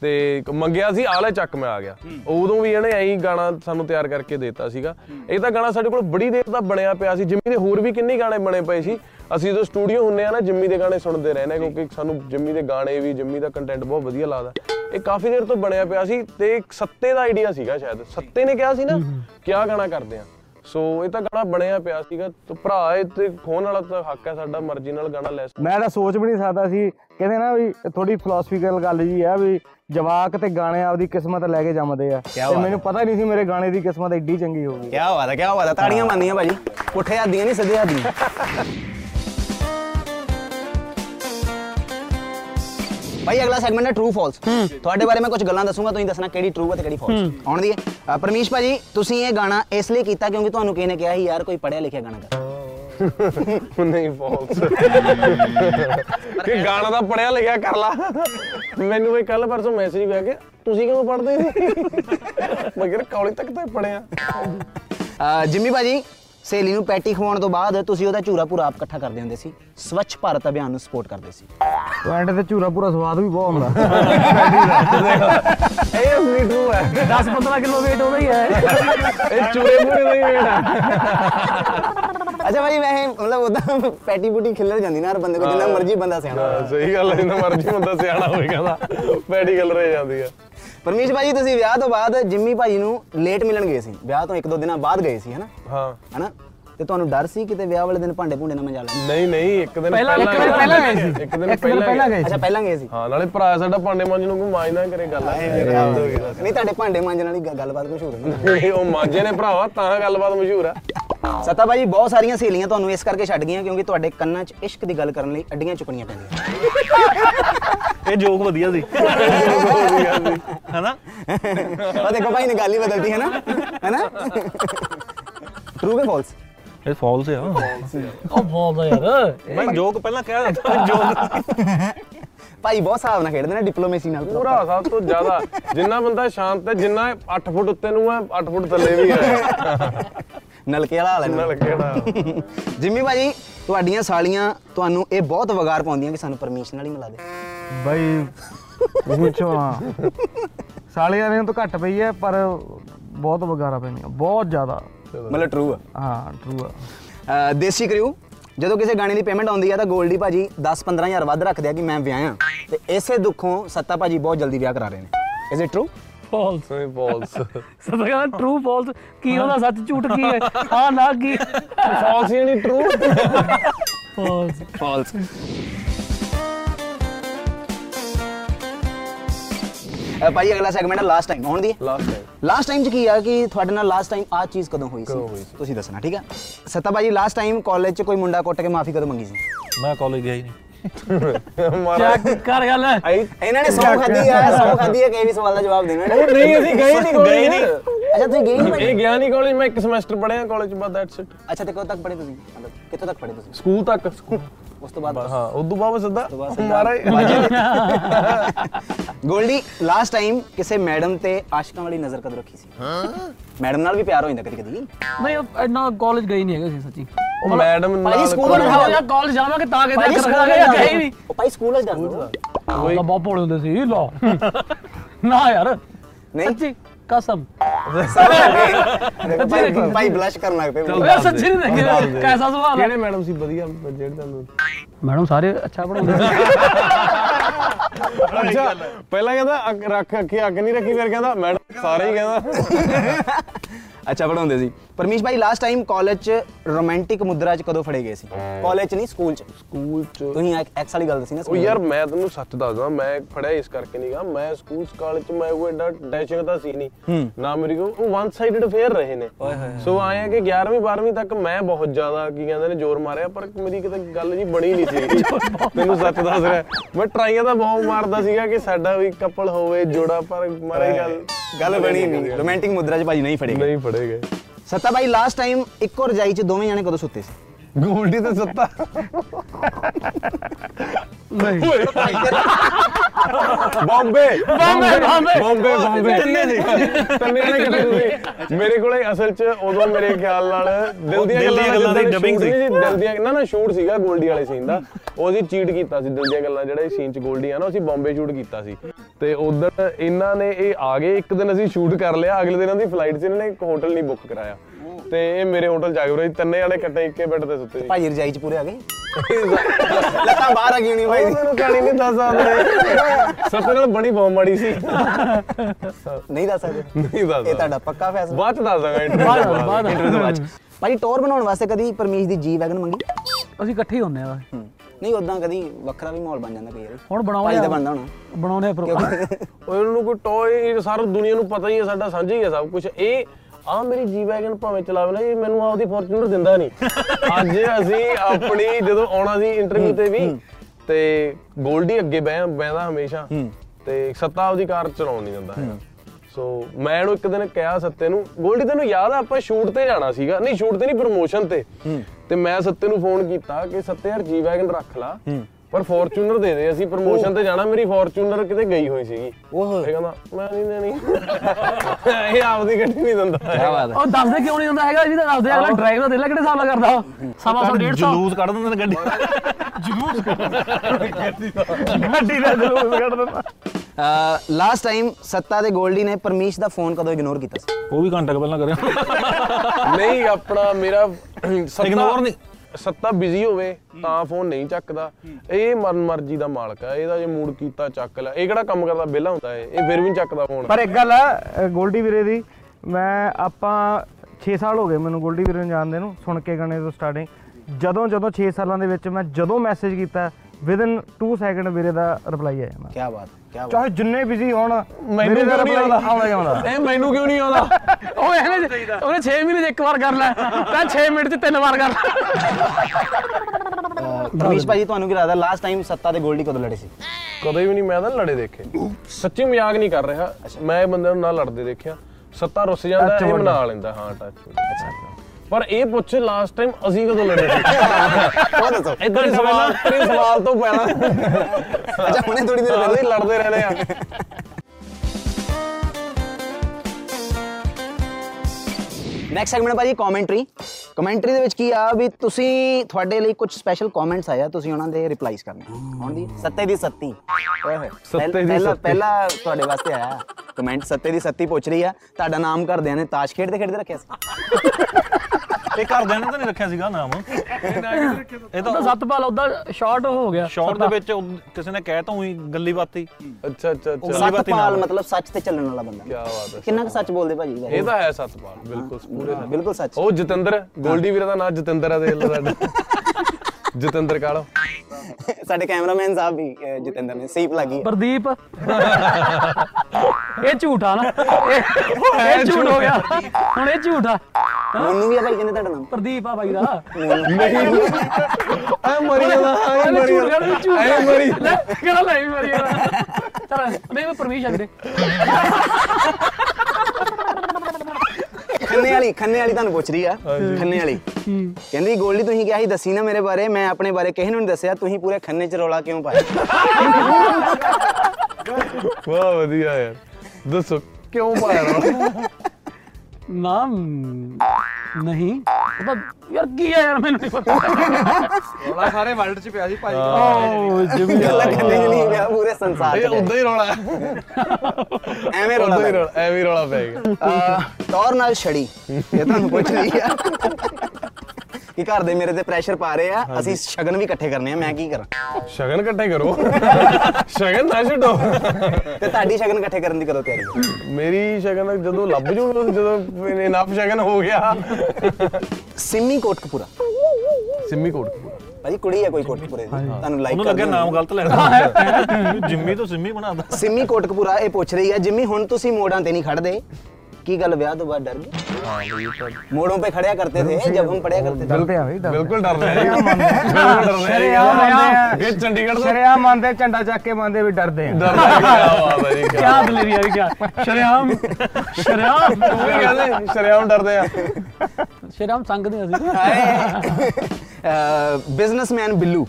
Speaker 3: ਤੇ ਇੱਕ ਮੰਗਿਆ ਸੀ ਆਲੇ ਚੱਕ ਮੈਂ ਆ ਗਿਆ ਉਦੋਂ ਵੀ ਇਹਨੇ ਐਂ ਗਾਣਾ ਸਾਨੂੰ ਤਿਆਰ ਕਰਕੇ ਦੇਤਾ ਸੀਗਾ ਇਹ ਤਾਂ ਗਾਣਾ ਸਾਡੇ ਕੋਲ ਬੜੀ ਦੇਰ ਦਾ ਬਣਿਆ ਪਿਆ ਸੀ ਜਿੰਮੀ ਦੇ ਹੋਰ ਵੀ ਕਿੰਨੇ ਗਾਣੇ ਬਣੇ ਪਏ ਸੀ ਅਸੀਂ ਜਦੋਂ ਸਟੂਡੀਓ ਹੁੰਨੇ ਆ ਨਾ ਜਿੰਮੀ ਦੇ ਗਾਣੇ ਸੁਣਦੇ ਰਹਿੰਦੇ ਹਾਂ ਕਿਉਂਕਿ ਸਾਨੂੰ ਜਿੰਮੀ ਦੇ ਗਾਣੇ ਵੀ ਜਿੰਮੀ ਦਾ ਕੰਟੈਂਟ ਬਹੁਤ ਵਧੀਆ ਲੱਗਦਾ ਇਹ ਕਾਫੀ ਦੇਰ ਤੋਂ ਬਣਿਆ ਪਿਆ ਸੀ ਤੇ ਇੱਕ ਸੱਤੇ ਦਾ ਆਈਡੀਆ ਸੀਗਾ ਸ਼ਾਇਦ ਸੱਤੇ ਨੇ ਕਿਹਾ ਸੀ ਨਾ ਕਿ ਆਹ ਗਾਣਾ ਕਰਦੇ ਆ ਸੋ ਇਹ ਤਾਂ ਗਾਣਾ ਬਣਿਆ ਪਿਆ ਸੀਗਾ ਤੇ ਭਰਾ ਇਹ ਤੇ ਖੋਣ ਵਾਲਾ ਤਾਂ ਹੱਕ ਹੈ ਸਾਡਾ ਮਰਜ਼ੀ ਨਾਲ ਗਾਣਾ ਲੈ ਸਕਦਾ।
Speaker 5: ਮੈਂ ਤਾਂ ਸੋਚ ਵੀ ਨਹੀਂ ਸਕਦਾ ਸੀ ਕਹਿੰਦੇ ਨਾ ਵੀ ਥੋੜੀ ਫਿਲਾਸਫੀਕਲ ਗੱਲ ਜੀ ਆ ਵੀ ਜਵਾਕ ਤੇ ਗਾਣੇ ਆਪਦੀ ਕਿਸਮਤ ਲੈ ਕੇ ਜੰਮਦੇ ਆ ਤੇ
Speaker 2: ਬਾਤ
Speaker 5: ਮੈਨੂੰ ਪਤਾ ਹੀ ਨਹੀਂ ਸੀ ਮੇਰੇ ਗਾਣੇ ਦੀ ਕਿਸਮਤ ਐਡੀ ਚੰਗੀ ਹੋਊਗੀ
Speaker 2: ਕਿਆ ਬਾਤ ਹੈ ਕਿਆ ਬਾਤ ਹੈ ਤਾੜੀਆਂ ਮੰਨੀਆਂ ਭਾਜੀ ਪੁੱਠੇ ਹੱਥ ਦੀਆਂ ਨਹੀਂ ਸਿੱਧੇ ਹੱਥ ਦੀਆਂ ਭਾਈ ਅਗਲਾ ਸੈਗਮੈਂਟ ਹੈ ਟਰੂ ਫਾਲਸ ਤੁਹਾਡੇ ਬਾਰੇ ਮੈਂ ਕੁਝ ਗੱਲਾਂ ਦੱਸੂਗਾ ਤੁਸੀਂ ਦੱਸਣਾ ਕਿਹੜੀ ਟਰੂ ਹੈ ਤੇ ਕਿਹੜੀ ਫਾਲਸ ਆਉਣ ਦੀ ਪਰਮੇਸ਼ ਭਾਜੀ ਤੁਸੀਂ ਇਹ ਗਾਣਾ ਇਸ ਲਈ ਕੀਤਾ ਕਿਉਂਕਿ ਤੁਹਾਨੂੰ ਕਿਸੇ ਨੇ ਕਿਹਾ ਸੀ ਯਾਰ ਕੋਈ ਪੜਿਆ ਲਿਖਿਆ ਗਾਣਾ ਕਰ
Speaker 3: ਨਹੀਂ ਫਾਲਸ ਕਿ ਗਾਣਾ ਤਾਂ ਪੜਿਆ ਲਿਖਿਆ ਕਰ ਲਾ ਮੈਨੂੰ ਇਹ ਕੱਲ ਪਰਸੋਂ ਮੈਸੇਜ ਪਿਆ ਕਿ ਤੁਸੀਂ ਕਿਉਂ ਪੜਦੇ ਸੀ ਮਗਰ ਕਾਲਜ ਤੱਕ ਤਾਂ ਪੜਿਆ
Speaker 2: ਅਹ ਜਿੰਮੀ ਭਾਜੀ ਸੇਲੀ ਨੂੰ ਪੈਟੀ ਖਵਾਉਣ ਤੋਂ ਬਾਅਦ ਤੁਸੀਂ ਉਹਦਾ ਝੂਰਾ ਪੂਰਾ ਆਪ ਇਕੱਠਾ ਕਰਦੇ ਹੁੰਦੇ ਸੀ ਸਵੱਛ ਭਾਰਤ ਅਭਿਆਨ ਨੂੰ ਸਪੋਰਟ ਕਰਦੇ ਸੀ
Speaker 5: ਐਂਡ ਤੇ ਝੂਰਾ ਪੂਰਾ ਸਵਾਦ ਵੀ ਬਹੁਤ ਹੁੰਦਾ
Speaker 3: ਇਹ ਅਸਲੀ ਟੂ ਹੈ
Speaker 1: 10 15 ਕਿਲੋ weight ਉਹਦਾ ਹੀ ਹੈ
Speaker 3: ਇਹ ਚੂਰੇ ਮੂਰੇ ਨਹੀਂ ਮੇਰਾ
Speaker 2: ਅੱਛਾ ਭਾਜੀ ਵੈਸੇ ਮਤਲਬ ਉਹਦਾ ਪੈਟੀ ਬੂਟੀ ਖਿੱਲਰ ਜਾਂਦੀ ਨਾ ਹਰ ਬੰਦੇ ਕੋਲ ਜਿੰਨਾ ਮਰਜ਼ੀ ਬੰਦਾ ਸਿਆਣਾ ਹੋਵੇ।
Speaker 3: ਸਹੀ ਗੱਲ ਹੈ ਜਿੰਨਾ ਮਰਜੀ ਹੁੰਦਾ ਸਿਆਣਾ ਹੋਏਗਾ ਦਾ ਪੈਡੀ ਗੱਲ ਰਹਿ ਜਾਂਦੀ ਆ
Speaker 2: ਪਰਮੇਸ਼ ਭਾਜੀ ਤੁਸੀਂ ਵਿਆਹ ਤੋਂ ਬਾਅਦ ਜਿੰਮੀ ਭਾਜੀ ਨੂੰ ਲੇਟ ਮਿਲਣ ਗਏ ਸੀ ਵਿਆਹ ਤੋਂ ਇੱਕ ਦੋ ਦਿਨਾਂ ਬਾਅਦ ਗਏ ਸੀ ਹਨਾ
Speaker 3: ਹਾਂ
Speaker 2: ਹਨਾ ਤੇ ਤੁਹਾਨੂੰ ਡਰ ਸੀ ਕਿਤੇ ਵਿਆਹ ਵਾਲੇ ਦਿਨ ਭਾਂਡੇ ਭੁੰਡੇ ਨਾ ਮੰਜਾ ਲੈਣ
Speaker 3: ਨਹੀਂ ਨਹੀਂ ਇੱਕ ਦਿਨ
Speaker 1: ਪਹਿਲਾਂ- ਇੱਕ ਦਿਨ ਪਹਿਲਾਂ ਗਏ ਸੀ।
Speaker 3: ਇੱਕ ਦਿਨ ਪਹਿਲਾਂ ਗਏ
Speaker 2: ਅੱਛਾ ਪਹਿਲਾਂ ਗਏ ਸੀ
Speaker 3: ਹਾਂ ਨਾਲੇ ਭਰਾ ਸਾਡਾ ਪਾਂਡੇ ਮਾਂਜ ਨੂੰ ਕੋਈ ਮਾਂਜ ਨਾ ਕਰੇ ਗੱਲ ਹੈ
Speaker 2: ਨਹੀਂ ਤੁਹਾਡੇ ਭਾਂਡੇ ਮਾਂਜਣ ਵਾਲੀ ਗ- ਗੱਲਬਾਤ ਮਸ਼ਹੂਰ ਹੈ
Speaker 3: ਉਹ ਮਾਂਜੇ ਨੇ ਭਰਾਵਾ ਤਾਂ ਗੱਲਬਾਤ ਮਸ਼ਹੂਰ ਆ
Speaker 2: ਨਾ ਸਤਾ ਭਾਜੀ ਬਹੁਤ ਸਾਰੀਆਂ ਸਹੇਲੀਆਂ ਤੁਹਾਨੂੰ ਇਸ ਕਰਕੇ ਛੱਡ ਗਈਆਂ ਕਿਉਂਕਿ ਤੁਹਾਡੇ ਕੰਨਾਂ 'ਚ ਇਸ਼ਕ ਦੀ ਗੱਲ ਕਰਨ ਲਈ ਅੱਡੀਆਂ ਚੁਕਣੀਆਂ ਪੈਂਦੀਆਂ
Speaker 4: ਇਹ ਜੋਕ ਵਧੀਆ ਸੀ
Speaker 3: ਉਹਦੀ ਗੱਲ ਨੀ।
Speaker 4: ਹੈਨਾ
Speaker 2: ਉਹ ਦੇਖੋ ਭਾਈ ਨੇ ਗੱਲ ਹੀ ਬਦਲਤੀ ਹੈ ਨਾ ਹੈਨਾ ਟਰੂ ਕੇ ਫਾਲਸ
Speaker 4: ਇਹ ਫਾਲਸ ਆ
Speaker 1: ਉਹ ਬੋਲਦਾ ਯਾਰ
Speaker 4: ਮੈਂ ਜੋਕ ਪਹਿਲਾਂ ਕਹਿ ਦਿੰਦਾ ਜੋਕ
Speaker 2: ਭਾਈ ਬਹੁਤ ਹਿਸਾਬ ਨਾਲ ਖੇਡਦੇ ਨੇ ਡਿਪਲੋਮੇਸੀ ਨਾਲ
Speaker 3: ਪੂਰਾ ਸਭ ਤੋਂ ਜ਼ਿਆਦਾ ਜਿੰਨਾ ਬੰਦਾ ਸ਼ਾਂਤ ਹੈ ਜਿੰਨਾ 8 ਫੁੱਟ ਉੱਤੇ ਨੂੰ ਹੈ 8 ਫੁੱਟ ਥੱਲੇ ਵੀ ਹੈ
Speaker 2: ਨਲਕੇ ਵਾਲਾ ਹਾਲ ਹੈ
Speaker 3: ਇੰਨਾ
Speaker 2: ਨਾ।
Speaker 3: ਲੱਗੇੜਾ
Speaker 2: ਜਿੰਮੀ ਭਾਜੀ ਤੁਹਾਡੀਆਂ ਸਾਲੀਆਂ ਤੁਹਾਨੂੰ ਇਹ ਬਹੁਤ ਵਗਾਰ ਪਾਉਂਦੀਆਂ ਕਿ ਸਾਨੂੰ ਪਰਮਿਸ਼ਨ ਨਾਲ ਹੀ ਮਿਲਾ ਦੇ
Speaker 5: ਬਈ ਪੁੱਛੋ ਨਾ ਸਾਲਿਆਂ ਨੇ ਤਾਂ ਘੱਟ ਪਈ ਹੈ ਪਰ ਬਹੁਤ ਵਗਾਰਾ ਪੈਂਦੀਆਂ ਬਹੁਤ ਜ਼ਿਆਦਾ
Speaker 2: ਮਤਲਬ ਟਰੂ
Speaker 5: ਹਾਂ ਟਰੂ ਆ
Speaker 2: ਆ ਦੇਸੀ ਕਰਿਊ ਜਦੋਂ ਕਿਸੇ ਗਾਣੇ ਦੀ ਪੇਮੈਂਟ ਆਉਂਦੀ ਆ ਤਾਂ ਗੋਲਡੀ ਭਾਜੀ 10-15000 ਵੱਧ ਰੱਖਦੇ ਆ ਕਿ ਮੈਂ ਵਿਆਹਾਂ ਤੇ ਇਸੇ ਦੁੱਖੋਂ ਸੱਤਾ ਭਾਜੀ ਬਹੁਤ ਜਲਦੀ ਵਿਆਹ ਕਰਾ ਰਹੇ ਨੇ ਇਜ਼ ਇਟ ਟਰੂ
Speaker 1: ਫਾਲਸ
Speaker 3: ਸੋਈ ਬਾਲਸ
Speaker 1: ਸਦਾ ਕਹਿੰਦਾ ਟਰੂ ਫਾਲਸ ਕੀ ਉਹਦਾ ਸੱਚ ਝੂਠ ਕੀ ਹੈ ਹਾਂ ਨਾ ਕੀ
Speaker 3: ਫਾਲਸ ਯਾਨੀ ਟਰੂ
Speaker 1: ਫਾਲਸ
Speaker 2: ਫਾਲਸ ਭਾਜੀ ਅਗਲਾ ਸੈਗਮੈਂਟ ਹੈ ਲਾਸਟ ਟਾਈਮ ਆਉਣ ਦੀ
Speaker 3: ਲਾਸਟ ਟਾਈਮ
Speaker 2: ਲਾਸਟ ਟਾਈਮ ਚ ਕੀ ਆ ਕਿ ਤੁਹਾਡੇ ਨਾਲ ਲਾਸਟ ਟਾਈਮ ਆ ਚੀਜ਼ ਕਦੋਂ ਹੋਈ
Speaker 3: ਕਦੋਂ ਹੋਈ
Speaker 2: ਸੀ ਤੁਸੀਂ ਦੱਸਣਾ ਠੀਕ ਆ ਸੱਤਾ ਭਾਜੀ ਲਾਸਟ ਟਾਈਮ ਕਾਲਜ ਚ ਕੋਈ ਮੁੰਡਾ ਕੁੱਟ ਕੇ ਮਾਫੀ ਕਦੋਂ ਮੰਗੀ ਸੀ
Speaker 4: ਮੈਂ ਕਾਲਜ ਗਿਆ ਹੀ ਨਹੀਂ
Speaker 3: ਮਹਾਰਾਜ
Speaker 1: ਚੈੱਕ ਕਰ ਗੱਲ ਹੈ
Speaker 3: ਆਈ
Speaker 2: ਇਹਨਾਂ ਨੇ ਸੌ ਖਾਦੀ ਆ ਸੌ ਖਾਦੀ ਆ ਕਿਸੇ ਵੀ ਸਵਾਲ ਦਾ ਜਵਾਬ ਦੇਣਾ
Speaker 3: ਨਹੀਂ ਅਸੀਂ ਗਏ ਨਹੀਂ ਗਏ ਨਹੀਂ
Speaker 2: ਅੱਛਾ ਤੁਸੀਂ ਗਏ ਨਹੀਂ ਭਾਜੀ?
Speaker 3: ਇਹ ਗਿਆ ਨਹੀਂ ਕਾਲਜ ਮੈਂ ਇੱਕ ਸਮੈਸਟਰ ਪੜਿਆ ਕਾਲਜ ਬਾਅਦ ਦੈਟਸ ਇਟ
Speaker 2: ਅੱਛਾ ਤੇ ਕਦੋਂ ਤੱਕ ਪੜ੍ਹੇ ਤੁਸੀਂ ਮਤਲਬ ਕਿੱਥੋਂ ਤੱਕ ਪੜ੍ਹੇ ਤੁਸੀਂ
Speaker 3: ਸਕੂਲ ਤੱਕ
Speaker 2: ਉਸ ਤੋਂ ਬਾਅਦ
Speaker 3: ਹਾਂ ਉਦੋਂ ਬਾਅਦ ਸਿੱਧਾ
Speaker 2: ਬਾਅਦ ਸਿੱਧਾ।
Speaker 3: ਮਹਾਰਾਜ
Speaker 2: ਗੋਲਡੀ ਲਾਸਟ ਟਾਈਮ ਕਿਸੇ ਮੈਡਮ ਤੇ ਆਸ਼ਕਾਂ ਵਾਲੀ ਨਜ਼ਰ ਕਦੋਂ ਰੱਖੀ ਸੀ ਹਾਂ ਮੈਡਮ ਨਾਲ ਵੀ ਪਿਆਰ ਹੋ ਜਾਂਦਾ ਕਦੀ ਕਦੀ
Speaker 1: ਨਹੀਂ ਉਹ ਇੰਨਾ ਕਾਲਜ ਗਈ ਨਹੀਂ ਹੈਗਾ ਸੀ ਸੱਚੀ
Speaker 3: ਉਹ ਮੈਡਮ
Speaker 2: ਭਾਜੀ
Speaker 3: ਨਾਲ
Speaker 2: ਸਕੂਲ ਵਾਲੇ
Speaker 1: ਹਾਂ ਯਾਰ ਕਾਲਜ ਜਾਵਾਂਗੇ ਤਾਂ ਕਿਤੇ
Speaker 2: ਭਾਜੀ
Speaker 1: ਅੱਖ ਰੱਖਾਂਗੇ ਜਾਂ ਕਹੀ ਨਹੀਂ
Speaker 2: ਉਹ ਭਾਈ ਸਕੂਲ ਵਿੱਚ ਜਾਂਦਾ
Speaker 1: ਉਹ ਤਾਂ ਬਹੁਤ ਭੋਲੇ ਹੁੰਦੇ ਸੀ ਲੋ ਨਾ ਯਾਰ
Speaker 2: ਨਹੀਂ।
Speaker 1: ਸੱਚੀ ਕਸਮ
Speaker 2: ਭਾਈ ਭਾਈ ਬਲਸ਼ ਕਰਨ ਲੱਗ ਪਏ
Speaker 1: ਉਹ ਯਾਰ ਸੱਚੀ ਨਹੀਂ ਦੇਖਿਆ ਕੈਸਾ ਸਵਾਲ ਹੈ
Speaker 3: ਕਿਹੜੇ ਮੈਡਮ ਸੀ ਵਧੀਆ ਜਿਹੜੇ ਤੁਹਾਨੂੰ
Speaker 1: ਮੈਡਮ ਸਾਰੇ ਅੱਛਾ ਪੜਾਉਂਦੇ ਸੀ
Speaker 3: ਅੱਛਾ ਪਹਿਲਾਂ ਕਹਿੰਦਾ ਅੱਗ ਰੱਖ ਅੱਖੀ ਅੱਗ ਨਹੀਂ ਰੱਖੀ ਫਿਰ ਕਹਿੰਦਾ ਮੈਡਮ ਸਾਰੇ ਹੀ ਕਹਿੰਦਾ
Speaker 2: ਅੱਛਾ ਪੜਾਉਂਦੇ ਸੀ ਪਰਮੇਸ਼ ਭਾਈ ਲਾਸਟ ਟਾਈਮ ਕਾਲਜ ਚ ਰੋਮਾਂਟਿਕ ਮੁਦਰਾ ਚ ਕਦੋਂ ਫੜੇ ਗਏ ਸੀ ਕਾਲਜ ਚ ਨਹੀਂ ਸਕੂਲ ਚ
Speaker 3: ਸਕੂਲ ਚ
Speaker 2: ਤੁਸੀਂ ਐਕਸ ਵਾਲੀ ਗੱਲ ਦੱਸੀ ਨਾ
Speaker 3: ਉਹ
Speaker 2: ਸਕੂਲ
Speaker 3: ਯਾਰ ਮੈਂ ਤੈਨੂੰ ਸੱਚ ਦੱਸਦਾ ਮੈਂ ਫੜਿਆ ਇਸ ਕਰਕੇ ਨਹੀਂਗਾ ਮੈਂ ਸਕੂਲ ਕਾਲਜ ਚ ਮੈਂ ਉਹ ਐਡਾ ਡੈਸ਼ਿੰਗ ਤਾਂ ਸੀ ਨਹੀਂ ਨਾ ਮੇਰੇ ਕੋਲ ਉਹ ਵਨ ਸਾਈਡਡ ਫੇਅਰ ਰਹੇ ਨੇ ਸੋ ਆਏ ਆ ਕਿ 11ਵੀਂ 12ਵੀਂ ਤੱਕ ਮੈਂ ਬਹੁਤ ਜ਼ਿਆਦਾ ਕੀ ਕਹਿੰਦੇ ਨੇ ਜ਼ੋਰ ਮਾਰਿਆ ਪਰ ਮੇਰੀ ਕਿਤੇ ਗੱਲ ਜੀ ਬਣੀ ਨਹੀਂ ਸੀ ਤੈਨੂੰ ਸੱਚ ਦੱਸ ਰਿਹਾ ਮੈਂ ਟਰਾਈਆਂ ਤਾਂ ਬਹੁਤ ਮਾਰਦਾ ਸੀਗਾ ਕਿ ਸਾਡਾ ਵੀ ਕਪਲ ਹੋਵੇ ਜੋੜਾ ਪਰ ਮਾਰੇ ਗੱਲ
Speaker 2: ਗੱਲ ਬਣੀ ਨਹੀਂ ਰੋਮਾਂਟਿਕ ਮੁਦਰਾ 'ਚ ਭਾਜੀ ਨਹੀਂ ਫੜੇ ਗਏ
Speaker 3: ਨਹੀਂ ਫੜੇਗੇ
Speaker 2: ਸੱਤਾ ਭਾਈ ਲਾਸਟ ਟਾਈਮ ਇੱਕੋ ਰਜਾਈ 'ਚ ਦੋਵੇਂ ਜਾਣੇ ਕਦੋਂ ਸੁੱਤੇ ਸੀ
Speaker 3: ਗੋਲਡੀ ਤੇ ਸੱਤਾ
Speaker 1: ਨਹੀਂ
Speaker 3: ਬੰਬੇ
Speaker 1: ਬੰਬੇ ਬੰਬੇ
Speaker 3: ਬੰਬੇ ਬੰਬੇ ਤਿੰਨੇ ਸੀ ਤਿੰਨੇ ਨੇ ਕਿੱਥੇ ਤੁਸੀਂ ਮੇਰੇ ਕੋਲੇ ਅਸਲ 'ਚ ਉਦੋਂ ਮੇਰੇ ਖਿਆਲ ਨਾਲ ਦਿਲ ਦੀਆਂ
Speaker 4: ਦਿਲ ਦੀਆਂ ਗੱਲਾਂ ਦੀ
Speaker 3: ਜਿੱਦਾਂ
Speaker 4: dubbing
Speaker 3: shoot
Speaker 4: ਸੀ।
Speaker 3: ਨਹੀਂ ਦਿਲ ਦੀਆਂ ਨਾ ਨਾ ਸ਼ੂਟ ਸੀਗਾ ਗੋਲਡੀ ਵਾਲੇ ਸੀਨ ਦਾ ਉਹਦੀ ਚੀਟ ਕੀਤਾ ਸੀ ਦਿਲ ਦੀਆਂ ਗੱਲਾਂ ਜਿਹੜਾ ਇਹ ਸੀਨ 'ਚ ਗੋਲਡੀ ਆ ਨਾ ਅਸੀਂ ਬੰਬੇ ਸ਼ੂਟ ਕੀਤਾ ਸੀ ਤੇ ਉਦੋਂ ਇਹਨਾਂ ਨੇ ਇਹ ਆ ਗਏ ਇੱਕ ਦਿਨ ਅਸੀਂ ਸ਼ੂਟ ਕਰ ਲਿਆ ਅਗਲੇ ਦਿਨ ਇਹਨਾਂ ਦੀ ਫਲਾਈਟ 'ਚ ਇਹਨਾਂ ਨੇ ਇੱਕ ਹੋਟਲ ਨਹੀਂ ਬੁੱਕ ਕਰਾਇਆ ਤੇ ਇਹ ਮੇਰੇ ਹੋਟਲ 'ਚ ਆ ਗਏ ਉਰੇ, ਤਿੰਨੇ ਜਣੇ ਇਕੱਠੇ ਇੱਕੇ ਬੈੱਡ ਤੇ ਸੁੱਤੇ ਸੀ
Speaker 2: ਭਾਜੀ ਰਜਾਈ 'ਚ ਪੂਰੇ ਆ ਗਏ ਲੱਤਾਂ ਬਾਹਰ ਆ ਗਈਆਂ ਨਹੀਂ ਭਾਈ
Speaker 3: ਉਹਨਾਂ ਨੂੰ ਕਹਾਣੀ ਨਹੀਂ ਦੱਸ ਸਕਦੇ ਸਭ ਤੋਂ ਨਾਲ ਬੜੀ ਬਹੁਤ ਮਾੜੀ ਸੀ
Speaker 2: ਨਹੀਂ ਦੱਸ ਸਕਦੇ
Speaker 3: ਨਹੀਂ ਦੱਸ
Speaker 2: ਇਹ
Speaker 3: ਸਕਦਾ।
Speaker 2: ਤੁਹਾਡਾ ਪੱਕਾ ਫੈਸਲਾ
Speaker 3: ਬਾਅਦ ਚ ਦੱਸ ਦਾਂਗਾ
Speaker 1: ਬਾਅਦ
Speaker 3: interview
Speaker 1: ਚ,
Speaker 3: ਤੋਂ
Speaker 1: ਬਾਅਦ ਚ।
Speaker 3: Interview ਤੋਂ ਬਾਅਦ ਚ।
Speaker 2: ਭਾਜੀ ਟੋਰ ਬਣਾਉਣ ਵਾਸਤੇ ਕਦੀ ਪਰਮੇਸ਼ ਦੀ ਜੀ ਵੈਗਨ ਮੰਗੀ
Speaker 1: ਅਸੀਂ ਇਕੱਠੇ ਹੀ ਹੁੰਨੇ ਆ
Speaker 2: ਨਹੀਂ ਉਦਾਂ ਕਦੀ ਵੱਖਰਾ ਵੀ ਮਾਹੌਲ ਬਣ ਜਾਂਦਾ ਕਈ ਵਾਰੀ
Speaker 1: ਹੁਣ ਬਣਾਵਾਂ
Speaker 2: ਭਾਜੀ ਦਾ
Speaker 1: ਯਾਰ।
Speaker 2: ਬਣਦਾ ਹੋਣਾ
Speaker 1: ਬਣਾਉਣੇ ਆ ਪ੍ਰੋਗਰਾਮ
Speaker 3: ਉਹਨਾਂ ਨੂੰ ਕੋਈ ਟੋਏ ਸਾਰਾ ਦੁਨੀਆ ਨੂੰ ਪਤਾ ਹੀ ਹੈ ਸਾਡਾ ਸਾਂਝਾ ਹੀ ਹੈ ਸਭ ਕੁਝ ਇਹ ਆ ਮੇਰੀ ਜੀ ਵੈਗਨ ਭਾਵੇਂ ਚਲਾਵੇ ਨਾ ਇਹ ਮੈਨੂੰ ਆਪਦੀ ਫੋਰਚੂਨਰ ਦਿੰਦਾ ਨਹੀਂ ਅੱਜ ਅਸੀਂ ਆਪਣੀ ਜਦੋਂ ਆਉਣਾ ਸੀ ਇੰਟਰਵਿਊ ਤੇ ਵੀ ਤੇ ਗੋਲਡੀ ਅੱਗੇ ਬਹਿ ਬਹਿਦਾ ਹਮੇਸ਼ਾ ਤੇ ਸੱਤਾ ਆਪਦੀ ਕਾਰ ਚਲਾਉਣ ਨਹੀਂ ਦਿੰਦਾ ਹੈਗਾ ਸੋ ਮੈਂ ਇਹਨੂੰ ਇੱਕ ਦਿਨ ਕਿਹਾ ਸੱਤੇ ਨੂੰ ਗੋਲਡੀ ਤੈਨੂੰ ਯਾਦ ਆ ਆਪਾਂ ਸ਼ੂਟ ਤੇ ਜਾਣਾ ਸੀਗਾ ਨਹੀਂ ਸ਼ੂਟ ਤੇ ਨਹੀਂ ਪ੍ਰੋਮੋਸ਼ਨ ਤੇ ਤੇ ਮੈਂ ਸੱਤੇ ਨੂੰ ਫੋਨ ਕੀਤਾ ਕਿ ਸੱਤੇ ਯਾਰ ਜੀ ਵੈਗਨ ਰੱਖ ਲਾ ਪਰ ਫੋਰਚੂਨਰ ਦੇ ਦੇ ਅਸੀਂ ਪ੍ਰੋਮੋਸ਼ਨ ਤੇ ਜਾਣਾ ਮੇਰੀ ਫੋਰਚੂਨਰ ਕਿਤੇ ਗਈ ਹੋਈ ਸੀਗੀ
Speaker 2: ਓਹੋ।
Speaker 3: ਇਹ ਕਹਿੰਦਾ ਮੈਂ ਨਹੀਂ ਦੇਣੀ ਇਹ ਆਪਦੀ ਗੱਡੀ ਨਹੀਂ ਦਿੰਦਾ
Speaker 2: ਬਾਤ
Speaker 1: ਉਹ ਦੱਸਦੇ ਕਿਉਂ ਨਹੀਂ ਹੁੰਦਾ ਹੈਗਾ ਇਹ ਵੀ ਤਾਂ ਦੱਸਦੇ ਆ, ਅਗਲਾ ਡਰਾਈਵ ਦਾ ਦੇ ਲੈ ਕਿਹੜੇ ਹਿਸਾਬ ਨਾਲ ਕਰਦਾ ਉਹ। ਸਵਾ ਸੌ ਡੇਢ ਸੌ
Speaker 4: ਜਲੂਸ ਕੱਢ ਦਿੰਦੇ ਨੇ ਗੱਡੀ ਦਾ।
Speaker 1: ਗੱਡੀ ਦਾ ਜਲੂਸ ਕੱਢ ਦਿੰਦਾ
Speaker 2: ਲਾਸਟ ਟਾਈਮ ਸੱਤਾ ਤੇ ਗੋਲਡੀ ਨੇ ਪਰਮੇਸ਼ ਦਾ ਫੋਨ ਕਦੋਂ ਇਗਨੋਰ ਕੀਤਾ ਸੀ
Speaker 4: ਉਹ ਵੀ ਘੰਟਾ ਕੁ ਪਹਿਲਾਂ ਕਰਿਆ
Speaker 3: ਨਹੀਂ ਆਪਣਾ ਮੇਰਾ ਸੱਤਾ
Speaker 4: Ignore ਨਹੀਂ।
Speaker 3: ਸੱਤਾ ਬਿਜ਼ੀ ਹੋਵੇ ਤਾਂ ਫੋਨ ਨਹੀਂ ਚੱਕਦਾ ਇਹ ਮਨ ਮਰਜ਼ੀ ਦਾ ਮਾਲਕ ਆ ਇਹਦਾ ਜੇ ਮੂਡ ਕੀਤਾ ਚੱਕ ਲੈ ਇਹ ਕਿਹੜਾ ਕੰਮ ਕਰਦਾ ਵਿਹਲਾ ਹੁੰਦਾ ਏ ਇਹ ਫਿਰ ਵੀ ਨਹੀਂ ਚੱਕਦਾ ਫੋਨ
Speaker 5: ਪਰ ਇੱਕ ਗੱਲ ਆ ਅ, ਗੋਲਡੀ ਵੀਰੇ ਦੀ ਮੈਂ ਆਪਾਂ 6 ਸਾਲ ਹੋ ਗਏ ਮੈਨੂੰ ਗੋਲਡੀ ਵੀਰੇ ਨੂੰ ਜਾਣਦੇ ਨੂੰ ਸੁਣ ਕੇ ਗਾਣੇ ਤੋਂ ਸਟਾਰਟਿੰਗ ਜਦੋਂ ਜਦੋਂ 6 ਸਾਲਾਂ ਦੇ ਵਿੱਚ ਮੈਂ ਜਦੋਂ ਮੈਸੇਜ ਕੀਤਾ ਵਿਦਨ 2 ਸੈਕਿੰਡ ਵੀਰੇ ਦਾ ਰਿਪਲਾਈ ਆਇਆ ਮੈਂ
Speaker 2: ਕੀ ਬਾਤ ਕੀ ਬਾਤ
Speaker 5: ਚਾਹੇ ਜਿੰਨੇ ਬਿਜ਼ੀ ਹੋਣ
Speaker 3: ਮੈਨੂੰ
Speaker 5: ਵੀਰੇ ਦਾ
Speaker 3: ਕਿਉਂ ਨਹੀਂ
Speaker 5: reply
Speaker 3: ਆਉਂਦਾ?
Speaker 5: ਆਉਂਦਾ ਹੀ ਆਉਂਦਾ
Speaker 3: ਇਹ ਮੈਨੂੰ ਕਿਉਂ ਨਹੀਂ ਆਉਂਦਾ
Speaker 1: ਉਹ ਇਹਨੇ ਉਹਨੇ 6 ਮਹੀਨੇ 'ਚ ਇੱਕ ਵਾਰ ਕਰ ਲੈ ਤਾਂ 6 ਮਿੰਟ 'ਚ ਤਿੰਨ ਵਾਰ ਕਰ ਲੈ
Speaker 2: ਪਰਮੇਸ਼ ਭਾਜੀ ਤੁਹਾਨੂੰ ਕੀ ਲੱਗਦਾ ਲਾਸਟ ਟਾਈਮ ਸੱਤਾ ਤੇ ਗੋਲਡੀ ਕਦੋਂ ਲੜੇ ਸੀ
Speaker 3: ਕਦੇ ਵੀ ਨਹੀਂ ਮੈਂ ਤਾਂ ਲੜੇ ਦੇਖੇ ਸੱਚੀ ਮਜ਼ਾਕ ਨਹੀਂ ਕਰ ਰਿਹਾ ਮੈਂ ਇਹ ਬੰਦੇ ਨੂੰ ਨਾ ਲੜਦੇ ਦੇਖਿਆ ਸੱਤਾ ਰੁੱਸ ਜਾਂਦਾ ਇਹ ਮਨਾ ਲੈਂਦਾ ਹਾਂ ਟੱਚ ਪਰ ਇਹ ਪੁੱਛ ਲਾਸਟ ਟਾਈਮ ਅਸੀਂ ਕਦੋਂ ਲੜੇ
Speaker 2: ਉਹ ਦੱਸੋ
Speaker 3: ਇਦਾਂ ਸਵਾਲ ਤੇਰੇ ਸਵਾਲ ਤੋਂ ਪਹਿਲਾਂ
Speaker 2: ਅੱਛਾ ਹੁਣੇ ਥੋੜੀ ਦੇਰ ਪਹਿਲਾਂ
Speaker 3: ਅਸੀਂ ਲੜਦੇ ਰਹਿੰਦੇ ਆ
Speaker 2: ਨੈਕਸਟ ਸੈਗਮੈਂਟ ਭਾਜੀ ਕਮੈਂਟਰੀ ਕਮੈਂਟਰੀ ਦੇ ਵਿੱਚ ਕੀ ਆ ਵੀ ਤੁਸੀਂ ਤੁਹਾਡੇ ਲਈ ਕੁਝ ਸਪੈਸ਼ਲ ਕਮੈਂਟਸ ਆਇਆ ਤੁਸੀਂ ਉਹਨਾਂ ਦੇ ਰਿਪਲਾਈਜ਼ ਕਰਨੇ ਆਉਂਦੀ ਸੱਤੇ ਦੀ ਸੱਤੀ ਓਏ ਹੋਏ
Speaker 3: ਸੱਤੇ ਦੀ
Speaker 2: ਪਹਿਲਾ
Speaker 3: ਸੱਤੀ।
Speaker 2: ਪਹਿਲਾ ਤੁਹਾਡੇ ਵਾਸਤੇ ਆਇਆ ਕਮੈਂਟ ਸੱਤੇ ਦੀ ਸੱਤੀ ਪੁੱਛ ਰਹੀ ਆ ਤੁਹਾਡਾ ਨਾਮ ਘਰਦਿਆਂ ਨੇ ਤਾਸ਼ ਖੇਡਦੇ ਖੇਡਦੇ ਰੱਖਿਆ ਸੀ
Speaker 4: ਇਹ ਘਰਦਿਆਂ ਨੇ ਤਾਂ ਨਹੀਂ ਰੱਖਿਆ ਸੀਗਾ ਨਾਮ ਇਹ
Speaker 1: ਉਹਦਾ
Speaker 4: ਤਾਂ
Speaker 1: ਸੱਤ ਪਾਲ ਉਹਦਾ ਸ਼ਾਰਟ ਹੋ ਗਿਆ
Speaker 4: ਸ਼ਾਰਟ ਦੇ ਵਿੱਚ ਉਹ- ਕਿਸੇ ਨੇ ਕਹਿ ਤਾਂ ਉਹੀ ਗੱਲੀ ਬਾਤੀ
Speaker 3: ਅੱਛਾ ਅੱਛਾ ਅੱਛਾ
Speaker 4: ਗੱਲ ਬਾਤ
Speaker 2: ਸੱਤ
Speaker 4: ਹੀ ਨਾ
Speaker 2: ਪਾਲ
Speaker 4: ਹੋਵੇ।
Speaker 2: ਮਤਲਬ ਸੱਚ ਤੇ ਚੱਲਣ ਵਾਲਾ ਬੰਦਾ
Speaker 3: ਕੀ ਬਾਤ ਹੈ
Speaker 2: ਕਿੰਨਾ ਕੁ ਸੱਚ ਬੋਲਦੇ ਭਾਜੀ ਵੈਸੇ?
Speaker 3: ਇਹ ਤਾਂ ਹੈ ਸਤਪਾਲ ਬਿਲਕੁਲ ਪੂਰੇ ਸੱਚ।
Speaker 2: ਬਿਲਕੁਲ ਸੱਚ
Speaker 3: ਉਹ ਜਤਿੰਦਰ ਗੋਲਡੀ ਵੀਰ ਦਾ ਨਾਮ ਜਤਿੰਦਰ ਆ ਦੇ ਸਾਡਾ ਜਤਿੰਦਰ ਕਾਲੋ
Speaker 2: ਸਾਡੇ ਕੈਮਰਾਮੈਨ ਸਾਹਿਬ ਵੀ ਅਹ, ਜਤਿੰਦਰ ਨੇ ਸੇਪ ਲੱਗੀ
Speaker 1: ਪ੍ਰਦੀਪ ਇਹ ਝੂਠਾ ਨਾ ਇਹ- ਇਹ ਝੂਠ ਹੋ ਗਿਆ ਹੁਣ ਇਹ ਝੂਠਾ
Speaker 2: ਮੈਨੂੰ ਵੀ ਆ ਭਾਈ ਕਹਿੰਦੇ ਤੁਹਾਡਾ ਨਾਮ
Speaker 1: ਪ੍ਰਦੀਪ ਆ ਬਾਈ ਦਾ
Speaker 3: ਐ ਮਰੀ ਜਾਂਦਾ ਐ
Speaker 1: ਉਹਨੇ
Speaker 3: ਮਰੀ
Speaker 1: ਝੂਠ ਕਰ
Speaker 3: ਜਾਂਦਾ
Speaker 1: ਝੂਠ
Speaker 3: ਐ ਮਰੀ
Speaker 1: ਲੈ ਕਿਹੜਾ ਲੈ ਵੀ ਮਰੀ ਜਾਂਦਾ ਚਲ ਨਹੀਂ ਮੈਂ ਪਰਮੇਸ਼ਰ ਵੀਰੇ
Speaker 2: ਖੰਨੇ ਵਾਲੀ ਖੰਨੇ ਵਾਲੀ ਤੁਹਾਨੂੰ ਪੁੱਛ ਰਹੀ ਆ ਖੰਨੇ ਵਾਲੀ ਕਹਿੰਦੀ ਗੋਲਡੀ ਤੁਸੀਂ ਕਿਹਾ ਸੀ ਦੱਸੀ ਨਾ ਮੇਰੇ ਬਾਰੇ ਮੈਂ ਆਪਣੇ ਬਾਰੇ ਕਿਸੇ ਨੂੰ ਨਹੀਂ ਦੱਸਿਆ ਤੁਸੀਂ ਪੂਰੇ ਖੰਨੇ 'ਚ ਰੌਲਾ ਕਿਉਂ ਪਾਇਆ
Speaker 3: ਵਾਹ ਵਧੀਆ ਯਾਰ ਦੱਸੋ ਕਿਉਂ ਪਾਇਆ ਰੌਲਾ?
Speaker 1: ਨਾ ਮ, ਨਹੀਂ ਉਹਦਾ ਯਾਰ ਕੀ ਆ ਯਾਰ ਮੈਨੂੰ ਨਹੀਂ ਪਤਾ
Speaker 6: ਰੌਲਾ ਸਾਰੇ ਵਰਲਡ 'ਚ ਪਿਆ ਸੀ ਭਾਈ
Speaker 1: ਓ ਜਿਵੇਂ
Speaker 2: ਗੱਲਾਂ ਖੰਨੇ 'ਚ ਨਹੀਂ ਪਿਆ ਪੂਰੇ ਸੰਸਾਰ 'ਚ
Speaker 3: ਇਹ
Speaker 2: ਪਿਆ।
Speaker 3: ਉਦਾਂ ਹੀ ਰੌਲਾ
Speaker 2: ਐਵੇਂ
Speaker 3: ਉਦਾਂ ਹੀ
Speaker 2: ਰੌਲਾ
Speaker 3: ਰੌਲਾ ਐਵੇਂ ਹੀ ਰੌਲਾ ਪੈ ਗਿਆ
Speaker 2: ਅਹ, ਟੌਰ ਨਾਲ ਛੜੀ ਇਹ ਤੁਹਾਨੂੰ ਪੁੱਛ ਰਹੀ ਆ ਕਿ ਘਰ ਦੇ ਮੇਰੇ ਤੇ ਪ੍ਰੈਸ਼ਰ ਪਾ ਰਹੇ ਆ ਅਸੀਂ ਸ਼ਗਨ ਵੀ ਇਕੱਠੇ ਕਰਨੇ ਆ ਮੈਂ ਕੀ ਕਰਾਂ
Speaker 3: ਸ਼ਗਨ ਇਕੱਠੇ ਕਰੋ ਸ਼ਗਨ ਨਾ ਛੱਡੋ
Speaker 2: ਤੇ ਤੁਹਾਡੀ ਸ਼ਗਨ ਇਕੱਠੇ ਕਰਨ ਦੀ ਕਦੋਂ ਤਿਆਰੀ ਹੈ?
Speaker 3: ਮੇਰੀ ਸ਼ਗਨ ਜਦੋਂ ਲੱਭ ਜੂ ਜਦੋਂ ਇਨਾਫ ਸ਼ਗਨ ਹੋ ਗਿਆ
Speaker 2: ਸਿੰਮੀ ਕੋਟਕਪੂਰਾ
Speaker 3: ਸਿੰਮੀ ਕੋਟ
Speaker 2: ਭਾਜੀ ਕੁੜੀ ਆ ਕੋਈ ਕੋਟਕਪੂਰੇ ਦੀ ਤੁਹਾਨੂੰ ਲਾਈਕ
Speaker 4: ਉਹਨੂੰ ਲੱਗਿਆ ਨਾਮ ਗਲਤ ਲੈਣਾ ਜਿੰਮੀ ਤੋਂ ਸਿੰਮੀ ਬਣਾਦਾ
Speaker 2: ਸਿੰਮੀ ਕੋਟਕਪੂਰਾ ਇਹ ਪੁੱਛ ਰਹੀ ਆ ਜਿੰਮੀ ਹੁਣ ਤੁਸੀਂ ਮੋੜਾਂ ਤੇ ਨਹੀਂ ਖੜਦੇ ਕੀ ਗੱਲ विवाह तो बाद डर गए मोड़ों पे खड़े करते थे जब हम पढ़ा करते थे
Speaker 5: ਡਰਦੇ ਆ ਬਈ ਡਰਦੇ
Speaker 3: ਬਿਲਕੁਲ ਡਰ ਰਹੇ ਆ
Speaker 5: ਸ਼ਰਿਆਮ ਮੰਨਦੇ ਆ
Speaker 3: ਇਹ ਚੰਡੀਗੜ੍ਹ ਦਾ
Speaker 5: ਸ਼ਰਿਆਮ ਮੰਨਦੇ ਆ, ਝੰਡਾ ਚੱਕ ਕੇ ਮੰਨਦੇ ਆ ਵੀ ਡਰਦੇ ਆ
Speaker 3: ਡਰ ਰਿਹਾ ਕੀ ਆਵਾਜ਼ ਆ ਜੀ ਕੀ
Speaker 1: क्या दलेरी यार क्या शरेआम शरेआम
Speaker 3: ਉਹ ਵੀ ਕਹਿੰਦੇ ਸ਼ਰਿਆਮ ਡਰਦੇ ਆ
Speaker 1: ਸ਼ਰਾਮ ਸੰਗਦੇ ਅਸੀਂ
Speaker 2: ਬਿਜ਼ਨਸਮੈਨ ਬਿੱਲੂ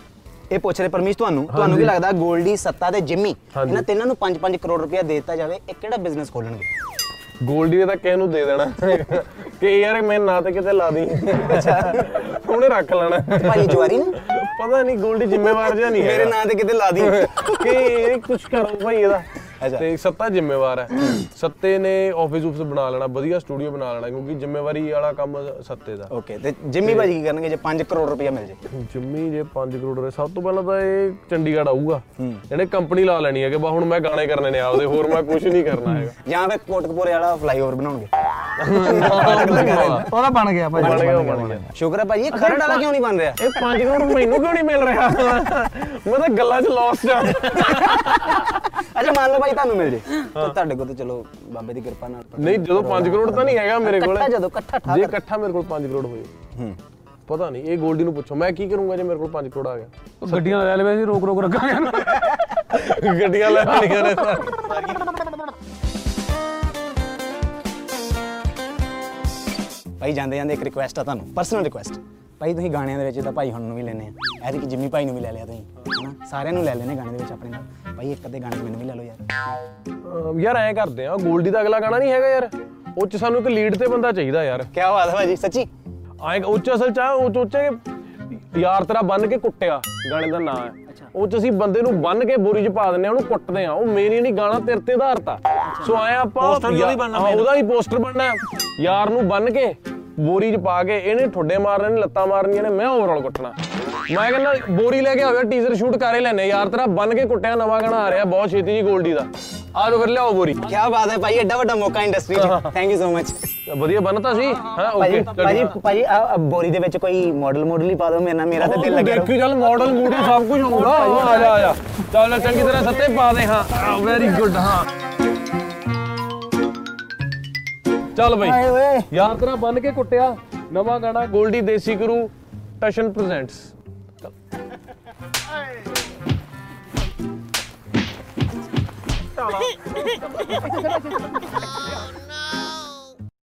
Speaker 2: ਇਹ ਪੁੱਛ ਰਹੇ ਪਰਮੇਸ਼ ਤੁਹਾਨੂੰ ਤੁਹਾਨੂੰ ਕੀ ਲੱਗਦਾ 골ਡੀ ਸੱਤਾ ਤੇ ਜਿੰਮੀ
Speaker 3: ਹਾਂਜੀ।
Speaker 2: ਇਹਨਾਂ ਤਿੰਨਾਂ ਨੂੰ 5-5 ਕਰੋੜ ਰੁਪਇਆ ਦੇ ਦਿੱਤਾ ਜਾਵੇ ਇਹ ਕਿਹੜਾ ਬਿਜ਼ਨਸ ਖੋਲਣਗੇ
Speaker 3: ਗੋਲਡੀ ਨੇ ਤਾਂ ਕਿਸੇ ਨੂੰ ਦੇ ਦੇਣਾ ਕਿ ਯਾਰ ਮੈਂ ਨਾ ਤੇ ਕਿਤੇ ਲਾ ਦੀ ਉਹਨੇ ਰੱਖ ਲੈਣਾ
Speaker 2: ਭਾਈ ਜਵਾਰੀ ਨੇ
Speaker 3: ਪਤਾ ਨਹੀਂ ਗੋਲਡੀ ਜ਼ਿੰਮੇਵਾਰ ਜਾਂ ਨਹੀਂ
Speaker 2: ਮੇਰੇ
Speaker 3: ਹੈਗਾ।
Speaker 2: ਨਾਂ ਤੇ ਕਿਤੇ ਲਾ ਦੀ
Speaker 3: ਕਿ ਇਹ ਕੁਝ ਕਰੋ ਭਾਈ ਇਹਦਾ
Speaker 2: ਅੱਛਾ।
Speaker 3: ਤੇ ਸੱਤਾ ਜ਼ਿੰਮੇਵਾਰ ਹੈ ਸੱਤੇ ਨੇ ਆਫਿਸ ਉਫਿਸ ਬਣਾ ਲੈਣਾ ਵਧੀਆ ਸਟੂਡੀਓ ਬਣਾ ਲੈਣਾ ਕਿਉਂਕਿ ਜ਼ਿੰਮੇਵਾਰੀ ਵਾਲਾ ਕੰਮ ਸੱਤੇ ਦਾ
Speaker 2: ਓਕੇ ਤੇ ਜਿੰਮੀ ਭਾਜੀ ਕੀ ਕਰਨਗੇ ਜੇ 5 ਕਰੋੜ ਰੁਪਇਆ ਮਿਲ ਜੇ
Speaker 3: ਜਿੰਮੀ ਜੇ 5 ਕਰੋੜ ਦੇ ਸਭ ਤੋਂ ਪਹਿਲਾਂ ਤਾਂ ਇਹ ਚੰਡੀਗੜ੍ਹ ਆਊਗਾ ਇਹਨੇ ਕੰਪਨੀ ਲਾ ਲੈਣੀ ਹੈ ਕਿ ਬਾ ਹੁਣ ਮੈਂ ਗਾਣੇ ਕਰਨੇ ਨੇ ਆਪਦੇ ਹੋਰ ਮੈਂ ਕੁਝ ਨਹੀਂ ਕਰਨਾ ਹੈਗਾ
Speaker 2: ਜਾਂ ਫਿਰ ਕੋਟਕਪੂਰੇ ਵਾਲਾ ਫਲਾਈਓਵਰ ਬਣਾਉਣਗੇ
Speaker 5: ਉਹਦਾ ਬਣ ਗਿਆ ਭਾਈ
Speaker 3: ਬਣ ਗਿਆ ਬਣ ਗਿਆ
Speaker 2: ਸ਼ੁਕਰ ਹੈ ਭਾਜੀ ਇਹ ਖਰੜ ਵਾਲਾ ਕਿਉਂ ਨਹੀਂ ਬਣ ਰਿਹਾ
Speaker 3: ਇਹ 5 ਕਰੋੜ ਮੈਨੂੰ ਕਿਉਂ ਨਹੀਂ ਮਿਲ ਰਿਹਾ ਮੈਂ ਤਾਂ ਗੱਲਾਂ 'ਚ ਲੌਸਟ ਆ
Speaker 2: ਅੱਛਾ ਮੰਨ ਲਓ ਭਾਈ ਤੁਹਾਨੂੰ ਮਿਲ ਜੇ ਤਾਂ ਤੁਹਾਡੇ ਕੋਲ ਤਾਂ ਚਲੋ ਬਾਬੇ ਦੀ ਕਿਰਪਾ ਨਾਲ
Speaker 3: ਨਹੀਂ ਜਦੋਂ 5 ਕਰੋੜ ਤਾਂ ਨਹੀਂ ਹੈਗਾ ਮੇਰੇ ਕੋਲ
Speaker 2: ਇਕੱਠਾ ਜਦੋਂ ਇਕੱਠਾ ਠਾ
Speaker 3: ਜੇ
Speaker 2: ਕਰ-
Speaker 3: ਇਕੱਠਾ ਮੇਰੇ ਕੋਲ 5 ਕਰੋੜ ਹੋਏ ਪਤਾ ਨਹੀਂ ਇਹ ਗੋਲਡੀ ਨੂੰ ਪੁੱਛੋ ਮੈਂ ਕੀ ਕਰੂੰਗਾ ਜੇ ਮੇਰੇ ਕੋਲ 5 ਕਰੋੜ ਆ ਗਿਆ
Speaker 1: ਗੱਡੀਆਂ ਲੈ ਲਵੇ ਅਸੀਂ ਰੋਕ ਰੋਕ ਰੱਖਾਂਗੇ ਇਹਨੂੰ।
Speaker 3: ਗੱਡੀਆਂ ਲੈਣੀਆਂ ਨੇ ਤਾਂ
Speaker 2: ਭਾਈ ਜਾਂਦੇ ਜਾਂਦੇ ਇੱਕ ਰਿਕੁਐਸਟ ਆ ਤੁਹਾਨੂੰ ਪਰਸਨਲ ਰਿਕੁਐਸਟ ਭਾਈ ਤੁਸੀਂ ਗਾਣਿਆਂ ਦੇ ਵਿੱਚ ਤਾਂ ਭਾਈ ਹੁਣ ਨੂੰ ਵੀ ਲੈਨੇ ਆ ਐਤਕੀ ਜਿੰਮੀ ਭਾਈ ਨੂੰ ਵੀ ਲੈ ਲਿਆ ਤੁਸੀਂ ਹਨਾ ਸਾਰਿਆਂ ਨੂੰ ਲੈ ਲੈਨੇ ਗਾਣੇ ਦੇ ਵਿੱਚ ਆਪਣੇ ਨਾਲ ਭਾਈ ਇੱਕ ਅੱਧੇ ਗਾਣੇ 'ਚ ਮੈਨੂੰ ਵੀ ਲੈ ਲਓ ਯਾਰ
Speaker 3: ਅਮ ਯਾਰ ਐਂ ਕਰਦੇ ਆ ਗੋਲਡੀ ਦਾ ਅਗਲਾ ਗਾਣਾ ਨਹੀਂ ਹੈਗਾ ਯਾਰ ਉਹ ਚ ਸਾਨੂੰ ਇੱਕ ਲੀਡ ਤੇ ਬੰਦਾ ਚਾਹੀਦਾ ਯਾਰ
Speaker 2: ਕੀ ਬਾਤ ਹੈ ਭਾਜੀ ਸੱਚੀ
Speaker 3: ਐਂ ਉਹ ਚ ਅਸਲ ਚ ਆ, ਉਹ ਚ ਉਹ ਚ ਕਿ ਯਾਰ ਤੇਰਾ ਬੰਨ ਕੇ ਕੁੱਟਿਆ ਗਾਣੇ ਦਾ ਨਾਂ ਹੈ ਉਹ ਚ ਅਸੀਂ ਬੰਦੇ ਨੂੰ ਬੰਨ ਕੇ ਬੋਰੀ ਚ ਪਾ ਦਿੰਦੇ ਆ ਉਹਨੂੰ ਕੁੱਟਦੇ ਆ ਉਹ ਮੇਰੀ ਨਹੀਂ ਗਾਣਾ ਤੇਰੇ ਤੇ ਆਧਾਰਿਤ ਆ ਸੋ ਐ ਆਪਾਂ
Speaker 4: Poster ਵੀ ਉਹਦਾ ਹੀ
Speaker 3: ਯਾ-
Speaker 4: ਬਣਨਾ
Speaker 3: ਹਾਂ,
Speaker 4: main।
Speaker 3: ਉਹਦਾ ਹੀ ਪੋਸਟਰ ਬਣਨਾ ਹੈ। ਯਾਰ ਨੂੰ ਬੰਨ ਕੇ ਬੋਰੀ ਚ ਪਾ ਕੇ ਇਹਨੇ ਠੁੱਡੇ ਮਾਰਨੇ ਨੇ ਲੱਤਾਂ ਮਾਰਨੀਆਂ ਨੇ ਮੈਂ ਓਵਰਆਲ ਕੁੱਟਣਾ ਮੈਂ ਕਹਿੰਦਾ ਬੋਰੀ ਲੈ ਕੇ ਆਵੇ ਟੀਜ਼ਰ ਸ਼ੂਟ ਕਰੇ ਲੈਨੇ ਯਾਰ ਤੇਰਾ ਬੰਨ ਕੇ ਕੁੱਟਿਆ ਨਵਾਂ ਗਾਣਾ ਆ ਰਿਹਾ ਬਹੁਤ ਛੇਤੀ ਜੀ 골ਡੀ ਦਾ ਆ ਲੋ ਫਿਰ ਲਿਆਓ ਬੋਰੀ
Speaker 2: ਕੀ ਬਾਤ ਹੈ ਭਾਈ ਐਡਾ ਵੱਡਾ ਮੌਕਾ ਇੰਡਸਟਰੀ 'ਚ ਥੈਂਕ ਯੂ ਸੋ ਮਚ
Speaker 3: ਵਧੀਆ ਬਣਤਾ ਸੀ ਹਾਂ
Speaker 2: ਭਾਜੀ
Speaker 3: ਓਕੇ
Speaker 2: ਭਾਜੀ ਭਾਜੀ ਆਹ- ਆਹ ਬੋਰੀ ਦੇ ਵਿੱਚ ਕੋਈ ਮਾਡਲ ਮਾਡਲ ਹੀ ਪਾ ਦਿਓ ਮੇਰੇ ਨਾਲ ਮੇਰਾ ਤਾਂ ਦਿਲ ਲੱਗਿਆ ਰਹੂ।
Speaker 3: ਦੇਖੀ ਚੱਲ ਮਾਡਲ ਮੂਡਲ ਸਭ ਕੁਝ ਹੋਊਗਾ ਉਹ ਆ ਜਾ ਆ ਜਾ ਚੱਲ ਚੰਗੀ ਤਰ੍ਹਾਂ ਸੱਤੇ ਪਾ ਦੇ ਹਾਂ ਵੈਰੀ ਗੁੱਡ ਹਾਂ ਚੱਲ ਬਈ
Speaker 2: ਆਏ ਓਏ
Speaker 3: ਯਾਰ ਤੇਰਾ ਬਨ ਕੇ ਕੁੱਟਿਆ ਨਵਾਂ ਗਾਣਾ 골ਡੀ ਦੇਸੀ ਕਰੂ ਟਸ਼ਨ ਪ੍ਰੈਜ਼ੈਂਟਸ